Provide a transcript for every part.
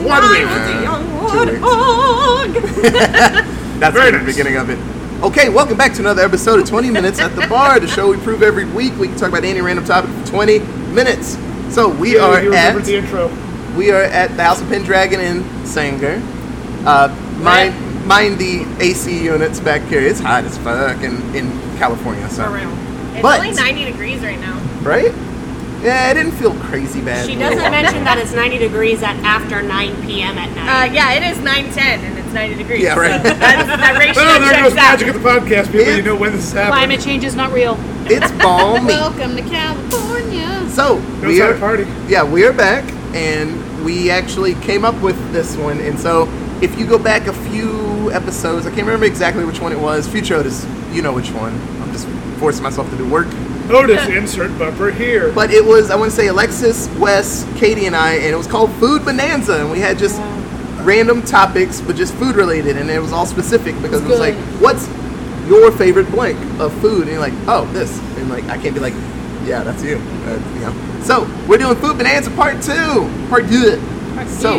Ludwig. I was a young Two warthog. That's Very the nice. beginning of it. Okay, welcome back to another episode of 20 Minutes at the Bar, the show we prove every week we can talk about any random topic for 20 minutes. So we are you remember at the intro. we are at the House of Pendragon in Sanger. Uh, mind mind the AC units back here. It's hot as fuck in, in California. So Around. It's But- only 90 degrees right now. right? Yeah, it didn't feel crazy bad. She doesn't mention that it's 90 degrees at after 9 p.m. at night. Uh, yeah, it is 9:10 and it's 90 degrees. Yeah, right. So that's, that ratio Oh, there goes checks out. magic of the podcast, people. It- you know when this is happening. Climate change is not real. It's balmy. Welcome to California. So Go we outside are a party. yeah we are back, and we actually came up with this one. And so if you go back a few episodes, I can't remember exactly which one it was. Future Otis, you know which one. I'm just forcing myself to do work. Otis insert bumper here. But it was I want to say Alexis, Wes, Katie, and I, and it was called Food Bonanza, and we had just random topics, but just food related, and it was all specific because it was like, what's your favorite blank of food? And you're like, oh, this, and like I can't be like, yeah, that's you, uh, you know. So we're doing Food Bonanza Part Two, Part Two. So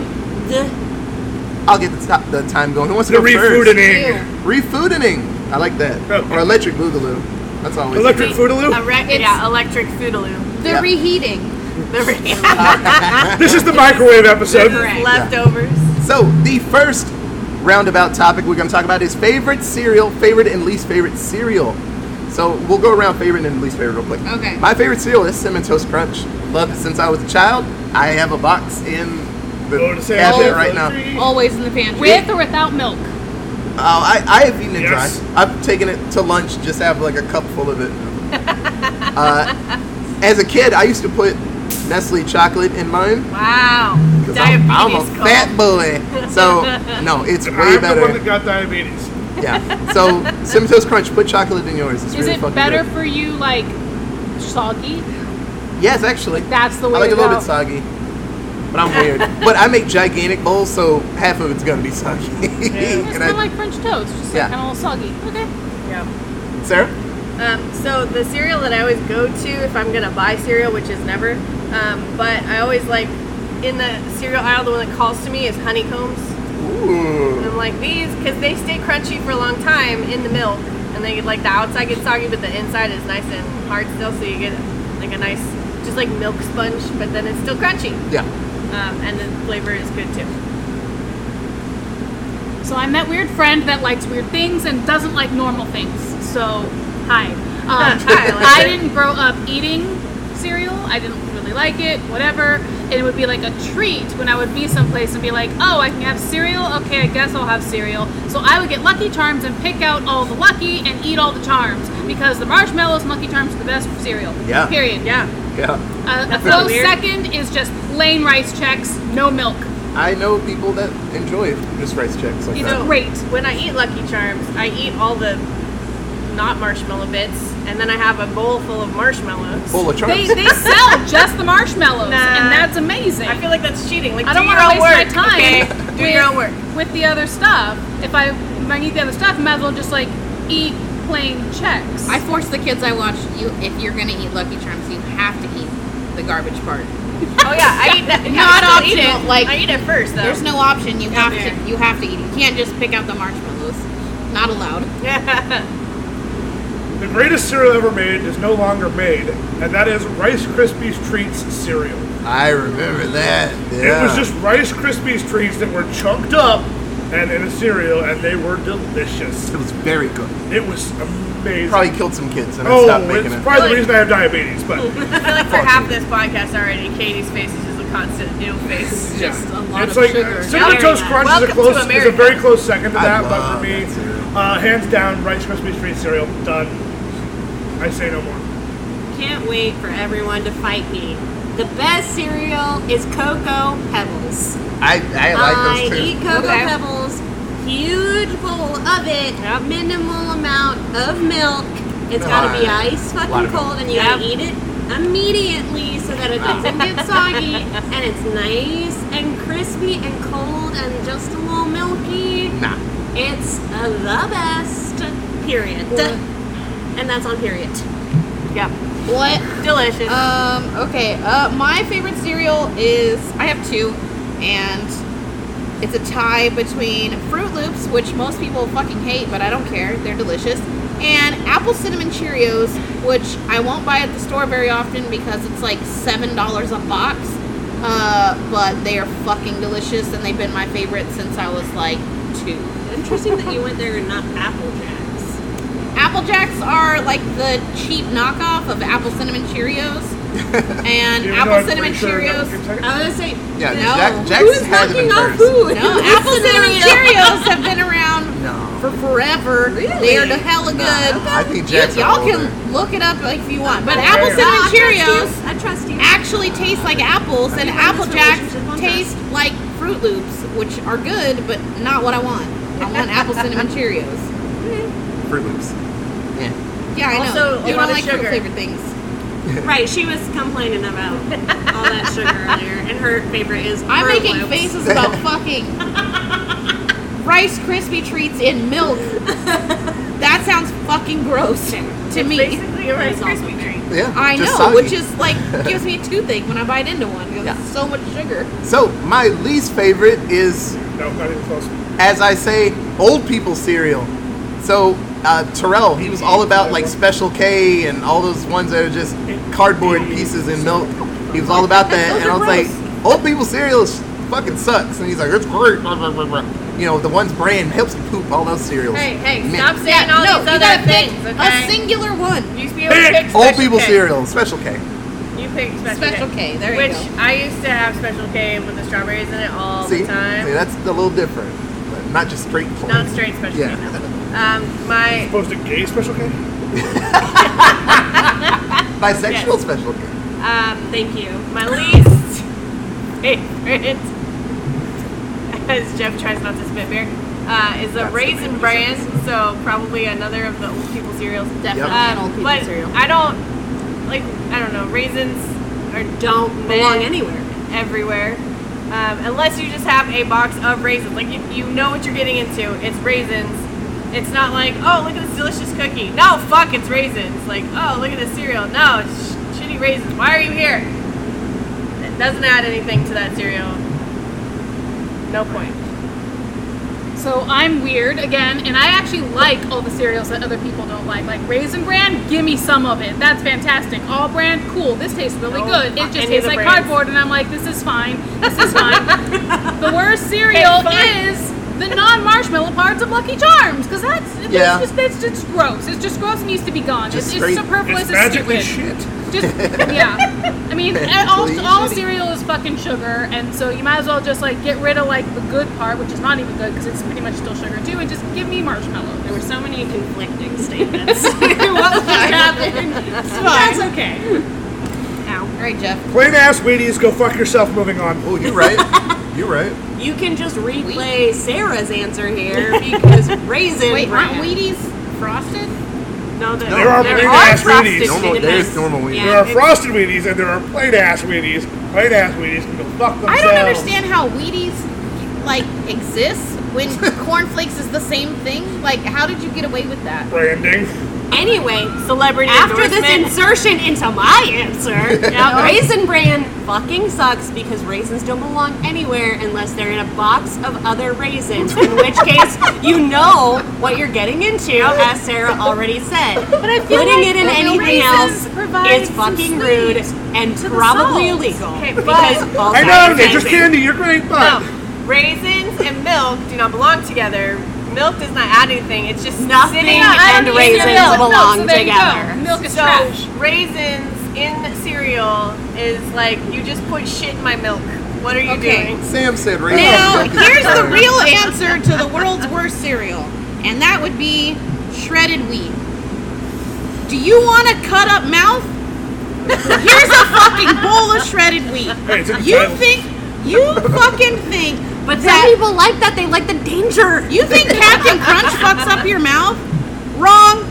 I'll get the, top, the time going. Who wants to The go first? refoodening. Refoodening. I like that. Okay. Or electric boogaloo. That's always Oh. Electric A foodaloo. re- It's- yeah, electric foodaloo. The Yeah. reheating. The re- This is the microwave episode. Correct. Leftovers. So the first roundabout topic we're going to talk about is favorite cereal, favorite and least favorite cereal. So we'll go around favorite and least favorite real quick. Okay. My favorite cereal is cinnamon toast crunch. Loved it since I was a child. I have a box in the Go to San cabinet Jose. right now. Always in the pantry. With or without milk? Oh, I, I have eaten it Yes. dry. I've taken it to lunch, just have like a cup full of it. uh, as a kid, I used to put Nestle chocolate in mine. Wow. 'cause Diabetes I'm, I'm a call. fat boy. So no, it's way I'm better. the one that got diabetes. Yeah. So cinnamon toast crunch, put chocolate in yours. It's Is really it fucking better Good. for you, like, soggy? Yes, actually. That's the I way like to a little go. bit soggy, but I'm weird. but I make gigantic bowls, so half of it's gonna be soggy. It's And kind of I- like French toast, just Yeah. like kind of a little soggy. Okay. Yeah. Sarah, Um, so the cereal that I always go to if I'm gonna buy cereal, which is never, um, but I always like in the cereal aisle, the one that calls to me is honeycombs. And ooh, I'm like these because they stay crunchy for a long time in the milk, and they get like the outside gets soggy, but the inside is nice and hard still, so you get like a nice, just like milk sponge, but then it's still crunchy, yeah, um, and the flavor is good too. So I'm that weird friend that likes weird things and doesn't like normal things. So, hi. Um, Hi, I like I it. didn't grow up eating cereal. I didn't really like it, whatever. And it would be like a treat when I would be someplace and be like, oh, I can have cereal? Okay, I guess I'll have cereal. So I would get Lucky Charms and pick out all the Lucky and eat all the Charms because the marshmallows and Lucky Charms are the best for cereal. Yeah. Period. Yeah, yeah. A, a not close weird. second is just plain rice checks, no milk. I know people that enjoy just rice checks like It's that. great. when I eat Lucky Charms, I eat all the not marshmallow bits, and then I have a bowl full of marshmallows. Bowl of They, charms. they sell just the marshmallows, Nah. and that's amazing. I feel like that's cheating. Like, I don't do your wanna own waste work, my time Okay? do your own work. with the other stuff. If I if I need the other stuff, I might as well just like eat plain checks. I force the kids I watch. You, if you're gonna eat Lucky Charms, you have to eat the garbage part. Oh yeah, I eat that. Not I still eat optional, it. like- I eat it first though. There's no option. You have fair. to. You have to eat. it. You can't just pick out the marshmallows. Not allowed. The greatest cereal ever made is no longer made, and that is Rice Krispies Treats cereal. I remember that. Yeah. It was just Rice Krispies Treats that were chunked up and in a cereal, and they were delicious. It was very good. It was amazing. Probably killed some kids, and I oh, stopped making it's it. probably the reason I have diabetes, but I feel like for half this podcast already, Katie's face is just a constant new face. just a lot it's of like sugar. cinnamon Very toast nice. crunch is Welcome a to close, is a America. very close second to I that, but love for me, that cereal. uh, hands down, Rice Krispies Treats cereal done. I say no more. Can't wait for everyone to fight me. The best cereal is Cocoa Pebbles. I, I like those too. eat Cocoa Okay. Pebbles. Huge bowl of it. Yep. Minimal amount of milk. It's got to be Ah, ice lot of fucking milk. cold, and you gotta eat it immediately so that it doesn't get soggy, and it's nice and crispy and cold and just a little milky. Nah. It's uh, the best. Period. And that's on period. Yeah, What? delicious. Um, okay, uh, my favorite cereal is I have two, and It's a tie between Fruit Loops, which most people fucking hate, but I don't care. They're delicious. And apple cinnamon Cheerios, which I won't buy at the store very often because it's like seven dollars a box. Uh, but they are fucking delicious, and they've been my favorite since I was like two. Interesting that you went there and not Apple Jacks. Apple Jacks are like the cheap knockoff of apple cinnamon Cheerios, and Even though I'm apple pretty cinnamon sure that was Cheerios. Kentucky. I was gonna say, Yeah, No. Jack, Jack's who's had them knocking at off first. who? No, apple cinnamon Cheerios have been around No. for forever. They are the hella good. I think Jack's you, y'all older. can look it up like, if you want. But Okay. apple No, cinnamon Cheerios I trust you. actually taste like apples, and I think apple this jacks relationship won't taste like Fruit Loops, which are good, but not what I want. I want apple cinnamon Cheerios. Fruit Loops. Yeah. Yeah, I know. Also, a you lot of don't like fruit sugar. flavored things. Right, she was complaining about all that sugar earlier, and her favorite is I'm Fruit making Loops. faces about fucking Rice Krispie treats in milk. That sounds fucking gross to me. Basically, a Rice It's also Krispie treat. very- Yeah. I just know, soggy. which is like gives me a toothache when I bite into one because Yeah. it's so much sugar. So my least favorite is, No, not even close. as I say, old people cereal. So uh, Terrell, he was all about like Special K and all those ones that are just cardboard pieces in milk. He was all about that, and I was like, old people cereal is- fucking sucks. And he's like, it's great. blah, blah, blah, blah." You know, the one's brand helps you poop all those cereals. Hey, hey, Man. stop saying all no, these you other gotta pick things. a Okay? singular one. You used to be able to pick Old Special people K. cereal, Special K. You pick Special, Special K. K. There you Which go. I used to have Special K with the strawberries in it all See, see, the time. that's a little different, but not just straight corn. Not straight Special Yeah. K. no. Um, my Supposed to gay special K? Bisexual Special K. um, Thank you. my least favorite, as Jeff tries not to spit beer, uh, is That's a the raisin bran. So probably another of the old people cereals. Um, Yep. Definitely an old people but cereal. I don't like. I don't know. Raisins are Don't belong Meh. anywhere. everywhere. Um, unless you just have a box of raisins. Like, you, you know what you're getting into. It's raisins. It's not like, oh, look at this delicious cookie. No, fuck, it's raisins. Like, oh, look at this cereal. No, it's sh- shitty raisins. Why are you here? It doesn't add anything to that cereal. No point. So I'm weird again, and I actually like all the cereals that other people don't like. Like Raisin Bran, give me some of it. That's fantastic. All brand, cool. This tastes really Don't good. fuck It just any of tastes the like brands. cardboard, and I'm like, this is fine. This is fine. the worst cereal It's fine. is the non-marshmallow parts of Lucky Charms, because that's it's Yeah. just that's just gross. It's just gross and needs to be gone. Just it's, straight- it's superfluous. It's magically stupid. shit. Just yeah. I mean, and all, Please. all cereal is fucking sugar, and so you might as well just like get rid of like the good part, which is not even good because it's pretty much still sugar too, and just give me marshmallow. There were so many conflicting statements. what just happened? That's okay. All right, Jeff. Plain ass Wheaties, go fuck yourself. Moving on. Oh, you're right. you're right. you can just replay Sarah's answer here because raisin. Wait, aren't bran. Wheaties frosted? No, there, There are there plain are ass frosted Wheaties. Normal- cinnamons. there's normal Wheaties. Yeah, There are it's- frosted Wheaties and there are plain ass Wheaties. Plain ass Wheaties can go fuck themselves. I don't understand how Wheaties like exists when cornflakes is the same thing. Like, how did you get away with that? Branding. Anyway, Celebrity after this endorsement. insertion into my answer, now Raisin Bran fucking sucks because raisins don't belong anywhere unless they're in a box of other raisins, in which case you know what you're getting into, as Sarah already said. But I feel Putting it in anything else is fucking rude and probably illegal. Okay, because all I know, sides nature's exist. candy. You're great, No, but raisins and milk do not belong together. Milk does not add anything. It's just Nothing sitting and on raisins Cereal with milk, belong so there you go. together. Milk is So trash. raisins in cereal is like you just put shit in my milk. What are you Okay. doing? Sam said uh, raisins. Now, Milk is here's the better. real answer to the world's worst cereal, and that would be shredded wheat. Do you want a cut up mouth? Here's a fucking bowl of shredded wheat. Hey, it's in You the title. think, you fucking think But some that, people like that. They like the danger. you think Captain Crunch fucks up your mouth? Wrong.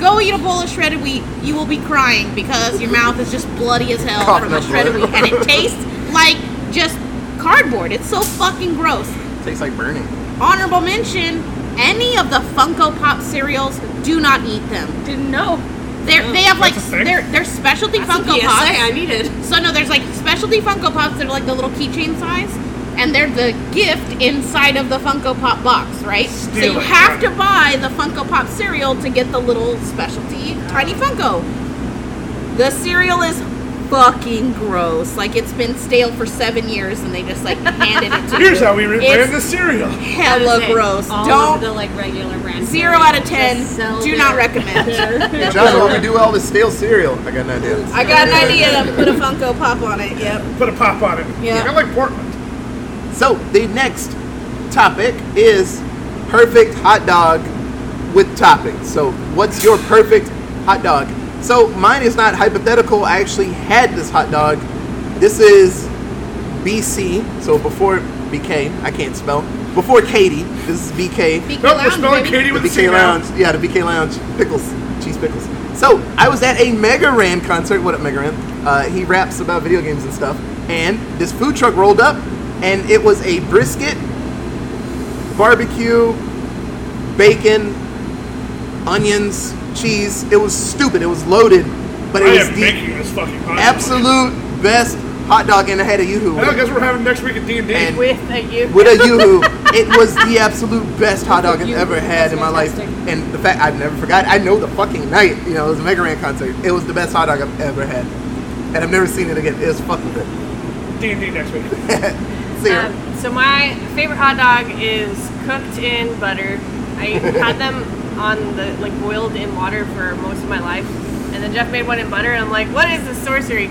Go eat a bowl of shredded wheat. You will be crying because your mouth is just bloody as hell Coughing from the up shredded blood. wheat, and it tastes like just cardboard. It's so fucking gross. Tastes like burning. honorable mention any of the Funko Pop cereals, do not eat them. Didn't know. They're, they have like That's a thing? they're, they're specialty That's a Funko PSA I Pops. needed. So no, there's like specialty Funko Pops that are like the little keychain size, and they're the gift inside of the Funko Pop box, right? Steal so you it, have right. to buy the Funko Pop cereal to get the little specialty tiny Funko. The cereal is fucking gross. Like it's been stale for seven years, and they just like handed it to you. Here's how we rebrand It's- the cereal. Hella gross. All Don't of the like regular brands. zero out of ten. Just sell Do not their- recommend. their- Hey, John, what we do all this stale cereal? I got an idea. I got an idea. Put a Funko Pop on it. Yep. Put a pop on it. Yeah. I like Portland. So the next topic is perfect hot dog with toppings. So what's your perfect hot dog? So mine is not hypothetical. I actually had this hot dog. This is BC. So before it became, I can't spell. Before Katie, this is BK. Speak Nope, we're loud, spelling baby. Katie The with a C BK now. Lounge. Yeah, the BK Lounge. Pickles. Cheese pickles. So, I was at a Mega Ran concert. What up, Mega Ran? Uh, he raps about video games and stuff. And this food truck rolled up, and it was a brisket, barbecue, bacon, onions, cheese. It was stupid. It was loaded. But I it was am the making this fucking hot dog. absolute best hot dog, and I had a Yoo-Hoo. I with it. guess we're having next week at D and And- D. with a you. with a yoo-hoo. It was the absolute best hot dog I've ever had in my life, Fantastic. and the fact I've never forgot. I know the fucking night. You know, it was a Mega Ran concert. It was the best hot dog I've ever had, and I've never seen it again. It was fucking good. D and D next week. See ya. Um, so my favorite hot dog is cooked in butter. I had them on the like boiled in water for most of my life, and then Jeff made one in butter, and I'm like, what is this sorcery?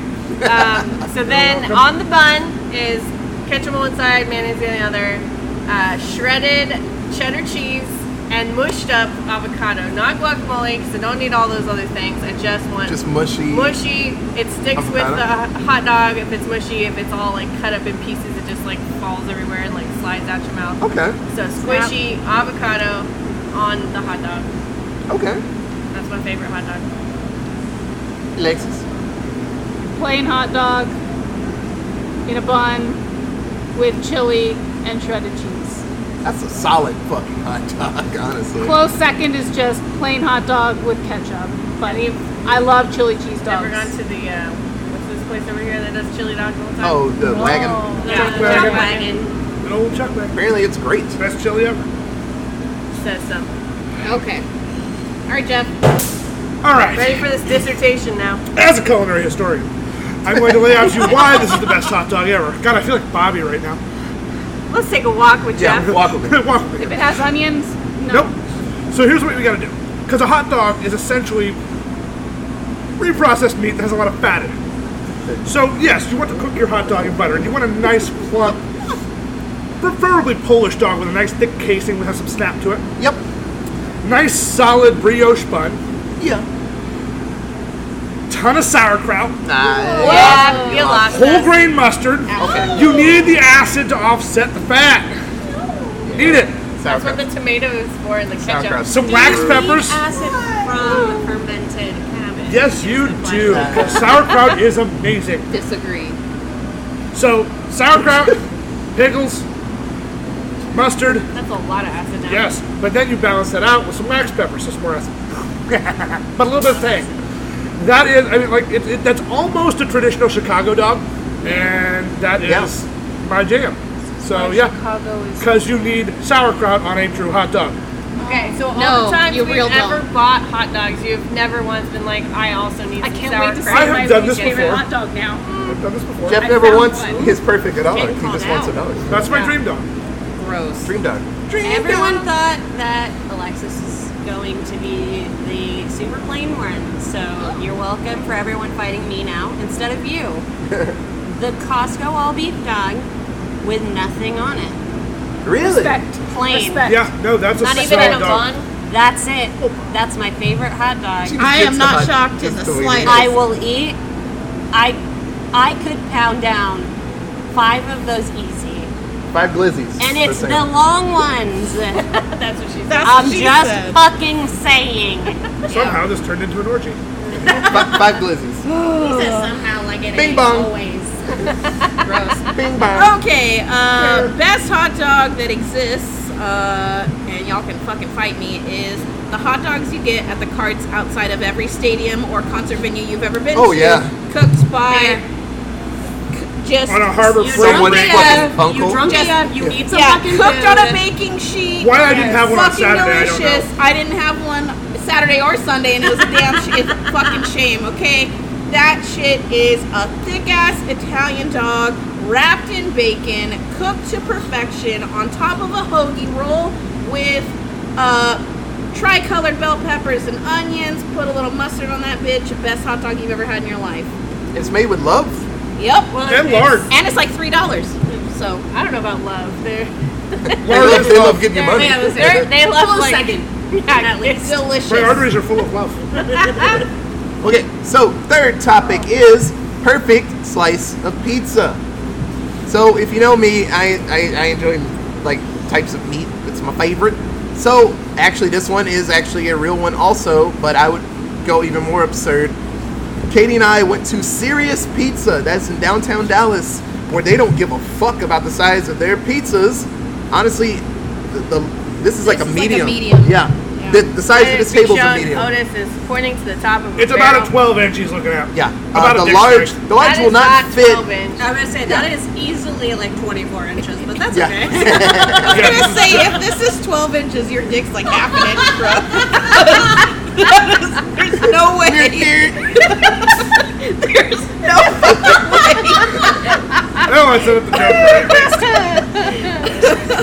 Um, so then on the bun is ketchup on one side, mayonnaise on the other, uh, shredded cheddar cheese, and mushed up avocado. Not guacamole, because I don't need all those other things. I just want Just mushy. mushy. It sticks with the Avocado? hot dog. If it's mushy, if it's all like cut up in pieces, it just like falls everywhere and like slides out your mouth. Okay. So squishy avocado on the hot dog. Okay. That's my favorite hot dog. Alexis. Plain hot dog in a bun with chili and shredded cheese. That's a solid fucking hot dog, honestly. Close second is just plain hot dog with ketchup. But I love chili cheese Never dogs. gone to the uh, what's this place over here that does chili dogs all the time? Oh, the the wagon. Jack Wagon. Wagon An old Chuck Wagon. Apparently, it's great. Best chili ever. says something. Okay. All right, Jeff. All right. Ready for this dissertation now? As a culinary historian, I'm going to lay out to you why this is the best hot dog ever. God, I feel like Bobby right now. Let's take a walk with Yeah, Jeff. walk with me. Walk with me. If it has onions, no. Nope. So here's what we got to do. Because a hot dog is essentially reprocessed meat that has a lot of fat in it. So yes, you want to cook your hot dog in butter, and you want a nice plump, preferably Polish dog with a nice thick casing that has some snap to it. Yep. Nice solid brioche bun, Yeah. ton of sauerkraut, Nah. Yeah, you lost whole us. grain mustard. Okay. You need the acid to offset the fat. Need it. That's what Sauerkraut. the tomato is for, and the ketchup. Sauerkraut. Some wax peppers. Acid from fermented cabbage. Yes, you do. Sauerkraut is amazing. Disagree. So sauerkraut, pickles, mustard. That's a lot of acid. Now. Yes, but then you balance that out with some wax peppers, so some more acid, but a little bit of tang. That is, I mean, like it, it, that's almost a traditional Chicago dog, and that is Yeah. my jam. So yeah, Chicago is because you need sauerkraut on a true hot dog. Okay, so all No, the times you we've real ever dumb. bought hot dogs, you've never once been like, I also need I some can't sauerkraut. wait to see I have my done this least favorite before. hot dog now. I've done this before. Jeff I never found wants one. his perfect at all. He Getting just called wants a out. dog. That's my dream dog. Gross. Dream dog. Everyone thought that Alexis is going to be the super plain one, so you're welcome for everyone fighting me now instead of you. the Costco all beef dog with nothing on it. Really? Respect. Plain. Respect. Yeah, no, that's a Not even solid in a dog. bun. That's it. That's my favorite hot She dog. just I gets am the not hot- shocked in just the way it slightest. is. I will eat. I I could pound down five of those easy, Five glizzies. and per it's thing. the long ones. That's what she said. That's what I'm she just said. fucking saying. Somehow this turned into an orgy. Fi- five glizzies. He says somehow like it Bing ain't bong. always. Gross. Bing bong. Okay, uh, best hot dog that exists, uh, and y'all can fucking fight me, is the hot dogs you get at the carts outside of every stadium or concert venue you've ever been Oh, to. yeah. Cooked by Fair. c- just On a harbor you freight drunk Someone's it Yeah. fucking up. uncle. You drunk Just- up, you need some Yeah, fucking cooked food. on a baking sheet. Why I didn't have one on fucking Saturday, I don't know. delicious. I, didn't have one Saturday or Sunday, and it was a damn sh- it's a fucking shame. Okay, that shit is a thick ass Italian dog wrapped in bacon, cooked to perfection, on top of a hoagie roll with uh, tricolored bell peppers and onions. Put a little mustard on that bitch. Best hot dog you've ever had in your life. It's made with love. Yep. And lard. And it's like three dollars. So I don't know about love. They're They Lard love, is they love love. getting your money. Yeah, it was they're, they love Close like second. yeah, at least. delicious. My arteries are full of love. Okay, so third topic is perfect slice of pizza. So if you know me, I, I, I enjoy like types of meat. It's my favorite. So actually, this one is actually a real one also, but I would go even more absurd. Katie and I went to Sirius Pizza. That's in downtown Dallas, where they don't give a fuck about the size of their pizzas. Honestly, the, the this is like a is like a medium. medium. Yeah. The, the size of this table is a Sean medium. Otis is pointing to the top of. It's about a 12 inch he's looking at. Yeah, About uh, a the dictionary. large, the large will not, fit. I was gonna say that is easily like 24 inches, but that's Yeah. okay. I was Yeah, gonna this is say if this is 12 inches, your dick's like half an inch, bro. There's no way. There's no fucking way. Oh, I don't want to set up the joke.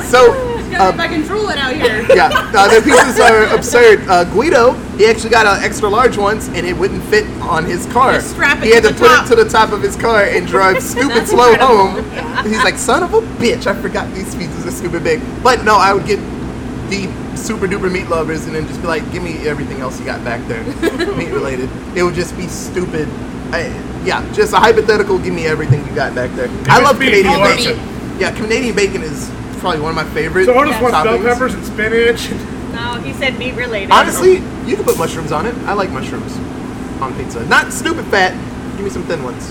so um, If I can drool it out here. yeah, uh, their pizzas are absurd. Uh, Guido, he actually got an extra large ones, and it wouldn't fit on his car. Just strap it he had to to, the put top. it to the top of his car and drive stupid slow home. And he's like, "Son of a bitch, I forgot these pizzas are stupid big." But no, I would get the super duper meat lovers, and then just be like, "Give me everything else you got back there, meat related." It would just be stupid. I, yeah, just a hypothetical. Give me everything you got back there. I love It must be Canadian all bacon. meat. Yeah, Canadian bacon is probably one of my favorite. So Otis wants bell toppings. peppers and spinach. No, he said meat related. Honestly, you can put mushrooms on it. I like mushrooms on pizza. Not stupid fat. Give me some thin ones.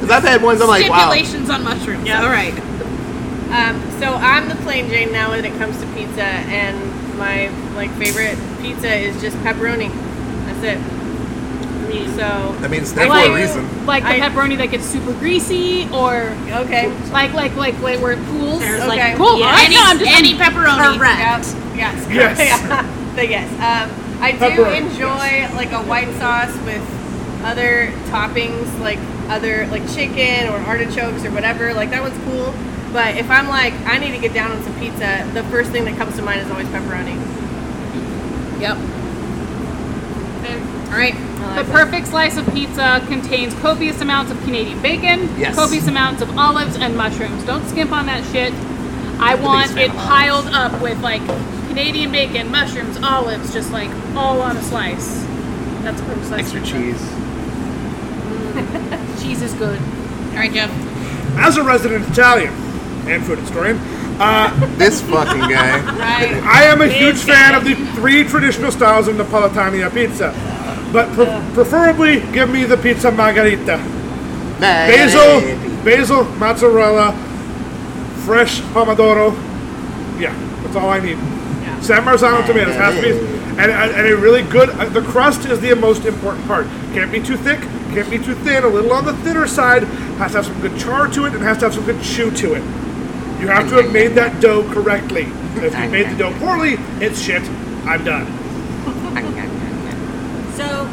Because I've had ones I'm like, wow. Stipulations on mushrooms. Yeah. All right. Um, so I'm the plain Jane now when it comes to pizza, and my like favorite pizza is just pepperoni. That's it. So I mean, it's I there for like- a reason. Like the I- pepperoni that gets super greasy, or okay, like like like like where it pools. There's Okay. like Cool. yeah. All right, Any, no, I'm just any pepperoni. Correct. yes, Yes. yeah. but yes, um, I do Pepperoni, enjoy like a white sauce with other toppings, like other like chicken or artichokes or whatever. Like that one's cool. But if I'm like I need to get down on some pizza, the first thing that comes to mind is always pepperoni. Yep. All right. The perfect slice of pizza contains copious amounts of Canadian bacon, Yes. copious amounts of olives and mushrooms. Don't skimp on that shit. I want fan it of piled up with like Canadian bacon, mushrooms, olives, just like all on a slice. That's a perfect slice. Extra of pizza. cheese. Cheese is good. All right, Jeff. As a resident Italian and food historian, uh, This fucking guy. Right. I am a huge fan of the three traditional styles of Napolitania pizza, but pre- preferably give me the pizza margherita. Basil, basil, mozzarella, fresh pomodoro. Yeah, that's all I need. San Marzano tomatoes has to be, and, and and a really good. Uh, the crust is the most important part. Can't be too thick, can't be too thin. A little on the thinner side has to have some good char to it, and has to have some good chew to it. You have to have made that dough correctly. If you made the dough poorly, it's shit. I'm done. So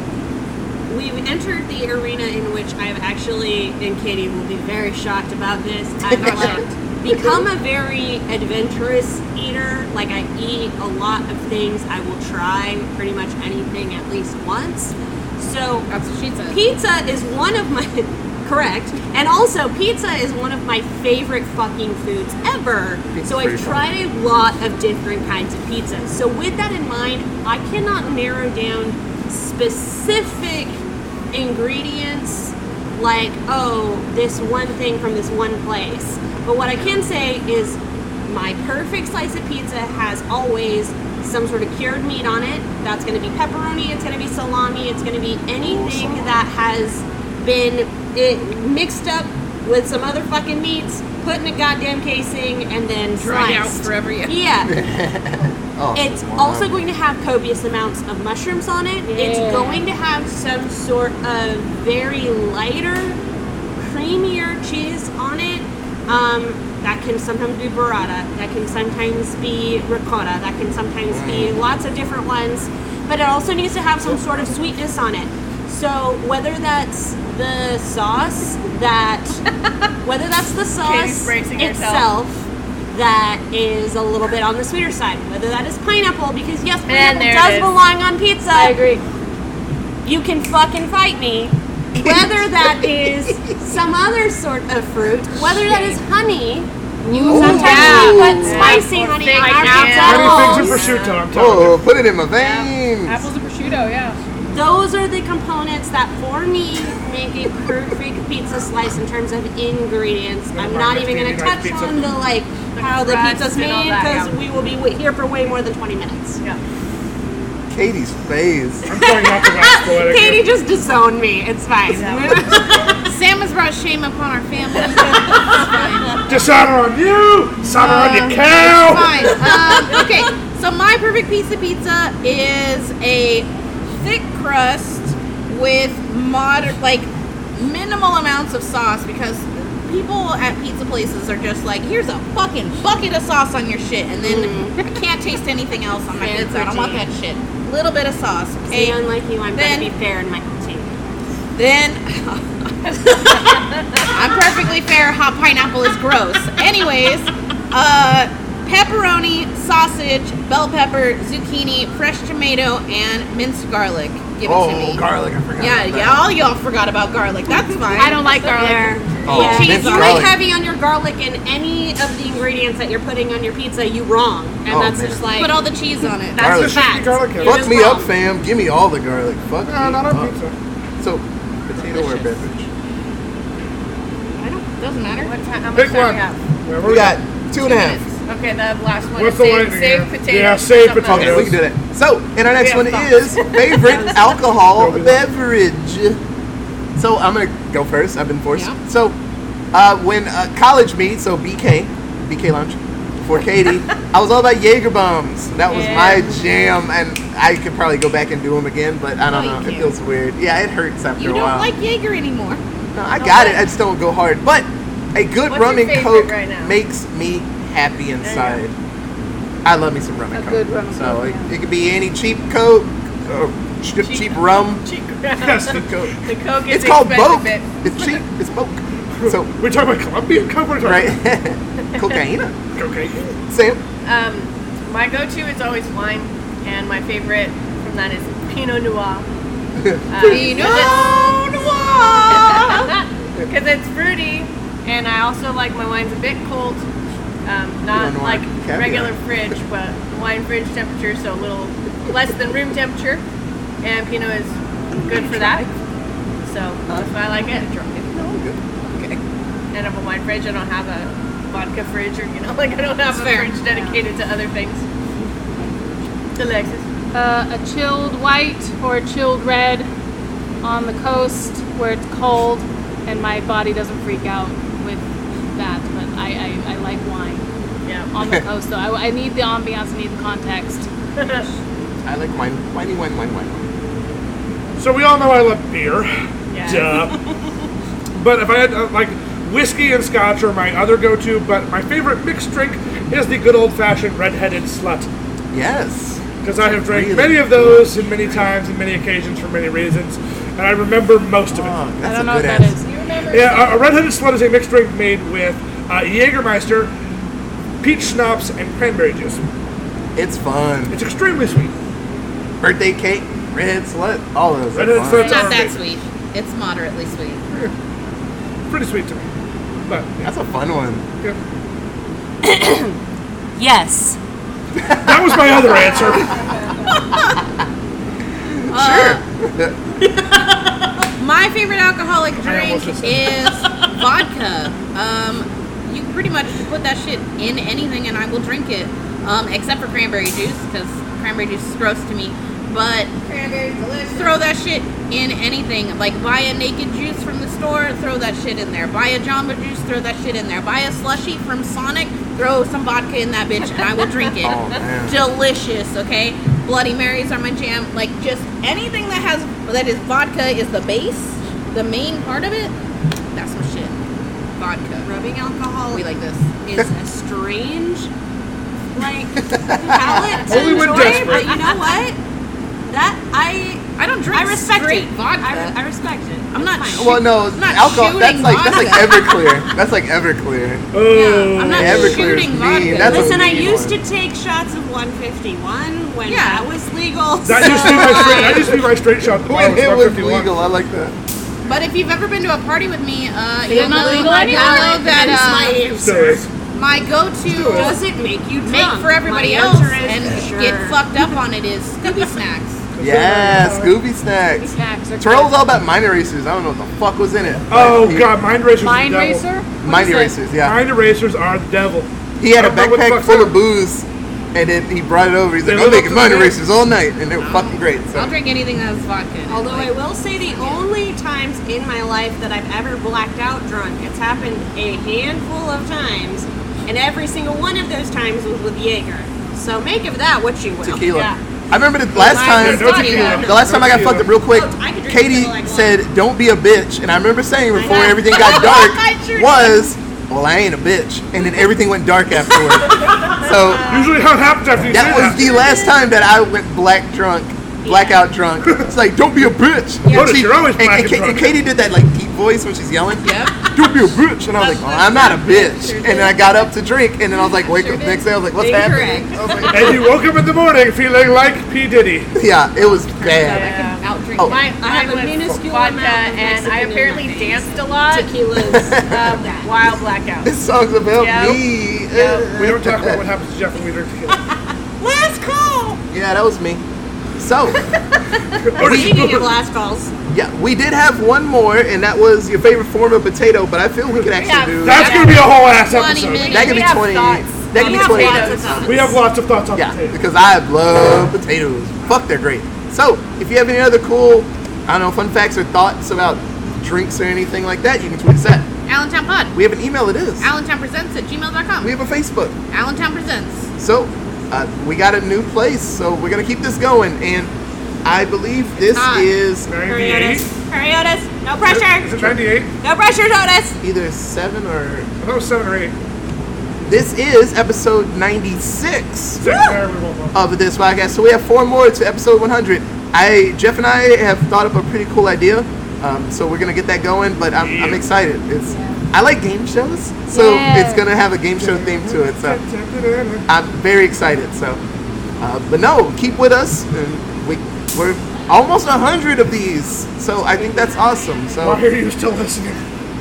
we've entered the arena in which I've actually, and Katie will be very shocked about this, I've like, become a very adventurous eater. Like I eat a lot of things. I will try pretty much anything at least once. So That's what she said. pizza is one of my correct and also pizza is one of my favorite fucking foods ever so i've tried a lot of different kinds of pizzas so with that in mind i cannot narrow down specific ingredients like oh this one thing from this one place but what i can say is my perfect slice of pizza has always some sort of cured meat on it. That's going to be pepperoni, it's going to be salami, it's going to be anything that has been it mixed up with some other fucking meats, put in a goddamn casing, and then Dried out sliced. forever. Yeah. Yeah, Oh, it's come on. also going to have copious amounts of mushrooms on it. It's Yeah. going to have some sort of very lighter creamier cheese on it. Um, that can sometimes be burrata. That can sometimes be ricotta. That can sometimes be Mm. lots of different ones. But it also needs to have some sort of sweetness on it. So whether that's the sauce that, whether that's the Katie's sauce bracing itself herself. that is a little bit on the sweeter side, whether that is pineapple, because yes, Man, pineapple there it does is. belong on pizza I agree. you can fucking fight me. Whether that is some other sort of fruit, whether that is honey, you sometimes yeah. we put spicy Yeah. honey Big on our apples. Many things in pizzas. prosciutto, I'm telling you. Oh, put it in my veins. Apples and prosciutto, yeah. Those are the components that, for me, make a fruit-free pizza slice in terms of ingredients. I'm not even going to touch on the like how the crust pizza's and all made that, yeah. because we will be wa- here for way more than 20 minutes. Katie's face. I'm trying not to wax poetic. Katie just disowned me. It's fine. Sam has brought shame upon our family. It's Dishonor on you! Dishonor on your cow! Fine. Um, okay, so my perfect pizza pizza is a thick crust with moderate, like minimal amounts of sauce because people at pizza places are just like, here's a fucking bucket of sauce on your shit, and then I can't taste anything else on my Fair pizza. I don't want that critique. shit. Little bit of sauce. See, Okay. unlike you, I'm going Then- to be fair in my critique. Then I'm perfectly fair how pineapple is gross. Anyways, uh, pepperoni, sausage, bell pepper, zucchini, fresh tomato, and minced garlic. Give it to Oh, me. garlic. I forgot. Yeah, about yeah, that. all y'all forgot about garlic. That's fine. I don't like garlic. Oh, yeah. minced if you garlic. make heavy on your garlic and any of the ingredients that you're putting on your pizza, you wrong. And Oh, that's man. just like Put all the cheese on Garlic. it. that's a This should be fact. garlic You're Fuck just me up, wrong. fam. Give me all the garlic. Fuck No, me not up. on pizza. So, potato or beverage? I don't. Doesn't matter. What time? How much Pick one. time Wherever We got two and a half. we have? Okay, the last What's one. What's the the light save, in save here? potatoes. Yeah, save something. potatoes. Okay, we can do that. So, and our next Yeah, one stop. is favorite alcohol Don't do that. beverage. So I'm gonna go first. I've been forced. Yeah. So, uh, when uh, college meet, so BK, BK lunch for Katie, I was all about Jaeger bombs. That was Yeah. my jam, and I could probably go back and do them again, but I don't No, you know. It can't. feels weird. Yeah, it hurts after You a don't while. like Jaeger anymore. No, I got it. I just don't go hard. But a good What's rum your and favorite coke right now? makes me happy There inside. I love me some rum and A coke. good rum and so coke, it, yeah. it could be any cheap coke, or ch- cheap, rum. Yes, the coke. The Coke is It's, called boke. expensive. It's cheap. It's boke. So We're talking about Colombian coke. We're talking right, cocaine. about cocaine. Sam, Um, my go-to is always wine, and my favorite from that is Pinot Noir. Uh, Pinot Noir. Because it's fruity, and I also like my wines a bit cold. Um, not Pinot Noir like caviar. regular fridge, but wine fridge temperature, so a little less than room temperature. And Pinot is good for that. So that's why I like it. no, I'm good. Okay. And I have a wine fridge. I don't have a vodka fridge, or you know, like I don't have a fair. fridge dedicated to other things. Alexis. Uh, a chilled white or a chilled red on the coast where it's cold and my body doesn't freak out with that. But I, I, I like wine Yeah. on the coast, though. I, I need the ambiance, I need the context. Oh, I like wine, winey wine, wine, wine. So we all know I love beer. Yeah. Duh. but if I had uh, like whiskey and scotch are my other go-to, but my favorite mixed drink is the good old-fashioned red-headed slut. Yes. Because I have drank Really? many of those and many times and many occasions for many reasons, and I remember most of it. Oh, that's I don't a know what good that answer. is. You remember? Yeah, a, a redheaded slut is a mixed drink made with uh, Jägermeister, peach schnapps, and cranberry juice. It's fun. It's extremely sweet. Birthday cake, red slut, all those. Red are Hot fun. It's That's not our that favorite. sweet. It's moderately sweet. Pretty sweet to me. But yeah, That's a fun one. yeah. Yes. that was my other answer. sure. My favorite alcoholic I drink almost just is vodka. Um, you pretty much put that shit in anything and I will drink it, um, except for cranberry juice because cranberry juice is gross to me. But throw that shit in anything. Like buy a naked juice from the store, throw that shit in there. Buy a Jamba juice, throw that shit in there. Buy a slushie from Sonic, throw some vodka in that bitch, and I will drink it. Oh, man. Delicious, okay? Bloody Marys are my jam. Like just anything that has that is vodka is the base, the main part of it. That's some shit. vodka. Rubbing alcohol We like this. is a strange, like palate to Only when enjoy, desperate. But you know what? That I I don't drink I respect straight it. vodka. I, re- I respect it. I'm not It's fine. sure. Well, no, I'm not alcohol. That's shooting like that's like vodka. Everclear. That's like Everclear. Oh. Yeah, I'm not Yeah, Everclear's shooting mean. vodka. That's Listen, a I mean used one. to take shots of 151 when Yeah. that was legal. That used to be my straight. That used to be my straight shot. When it Wow, was 51. legal, I like that. But if you've ever been to a party with me, uh, They you'll don't know, legal you'll know anymore? that That is my So, answer. uh, my go-to Does it make you drunk? make for everybody My else answer is and sure. get fucked up on it is Scooby Snacks. Yeah, Scooby snacks. Snacks are Terrell was all about mind erasers. I don't know what the fuck was in it. oh Like, he- god, mind racers. Mind are the devil. racer? What is Mind it? erasers. Yeah. Mind erasers are the devil. He had a I don't know what the backpack fuck's full up. of booze, and then he brought it over. He's They like, live "I'm up making to the money name. races all night," and they were fucking great. So I'll drink anything that has vodka. in it. Although I Like, will say the only times in my life that I've ever blacked out drunk, it's happened a handful of times, and every single one of those times was with Jaeger. So make of that what you will. tequila. Yeah. I remember the last Yeah, time. Yeah, no Scotty, tequila. though. The last time I got tequila. fucked up real quick, Oh, I can drink Katie until I want. said, "Don't be a bitch," and I remember saying before know. everything got I sure dark did. was, "Well, I ain't a bitch," and then everything went dark afterward. so Usually, how it happens after you that say was the last time that I went black drunk, blackout drunk. It's like, "Don't be a bitch." Notice And she- you're always and- and black and Ka- drunk. and Katie did that like deep voice when she's yelling. Yep. Don't be a bitch, and I was like, well, I'm not a bitch. And then I got up to drink, and then I was like, wake up next day. I was like, what's happening? I was like, And you woke up in the morning feeling like P Diddy. yeah, it was I bad. can outdrink. Oh. My, mine have a was minuscule vodka, amount of and I Mexican in apparently my veins. danced a lot. Tequila's Um, wild blackout. This song's about Yep. me. Yep. We don't talk about what happens to Jeff when we drink tequila. last call. Yeah, that was me. So, Speaking of last calls, yeah, we did have one more, and that was your favorite form of potato, but I feel we could Yeah. actually do That's gonna be a whole ass Twenty episode. minutes. that. could be We have 20. thoughts. That could we be have 20. lots of thoughts. We have lots of thoughts on Yeah, potatoes. because I love potatoes. Fuck, they're great. So, if you have any other cool, I don't know, fun facts or thoughts about drinks or anything like that, you can tweet us at. Allentown Pod. We have an email, it is. Allentown Presents at gmail.com. We have a Facebook. Allentown Presents. So, uh, we got a new place, so we're gonna keep this going. And I believe this hot. is hurry 98. Otis, hurry Otis, no Is pressure, it 98? no pressure, Otis. either seven or I thought it was 7 or 8. this is episode 96 Six, there we won't know. of this podcast. So we have four more to episode 100. I Jeff and I have thought up a pretty cool idea, um, so we're gonna get that going. But I'm, I'm Yeah. excited. It's I like game shows, so it's gonna have a game show theme to it. So I'm very excited. So, uh, but no, keep with us. And we we're almost 100 of these, so I think that's awesome. So Why are you still listening?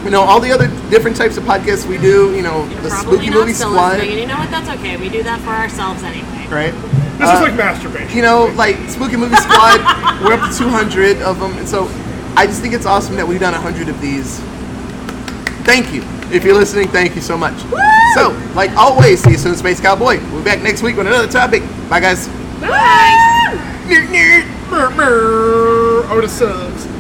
you know all the other different types of podcasts we do. You know You're the probably Spooky not Movie still Squad, listening, and you know what? That's okay. We do that for ourselves anyway. right? This Uh, is like masturbation. you know, like Spooky Movie Squad, we're up to 200 of them, and so I just think it's awesome that we've done 100 of these. Thank you. If you're listening, thank you so much. So, like always, see you soon, Space Cowboy. We'll be back next week with another topic. Bye, guys. Brr, brr. Otis sucks.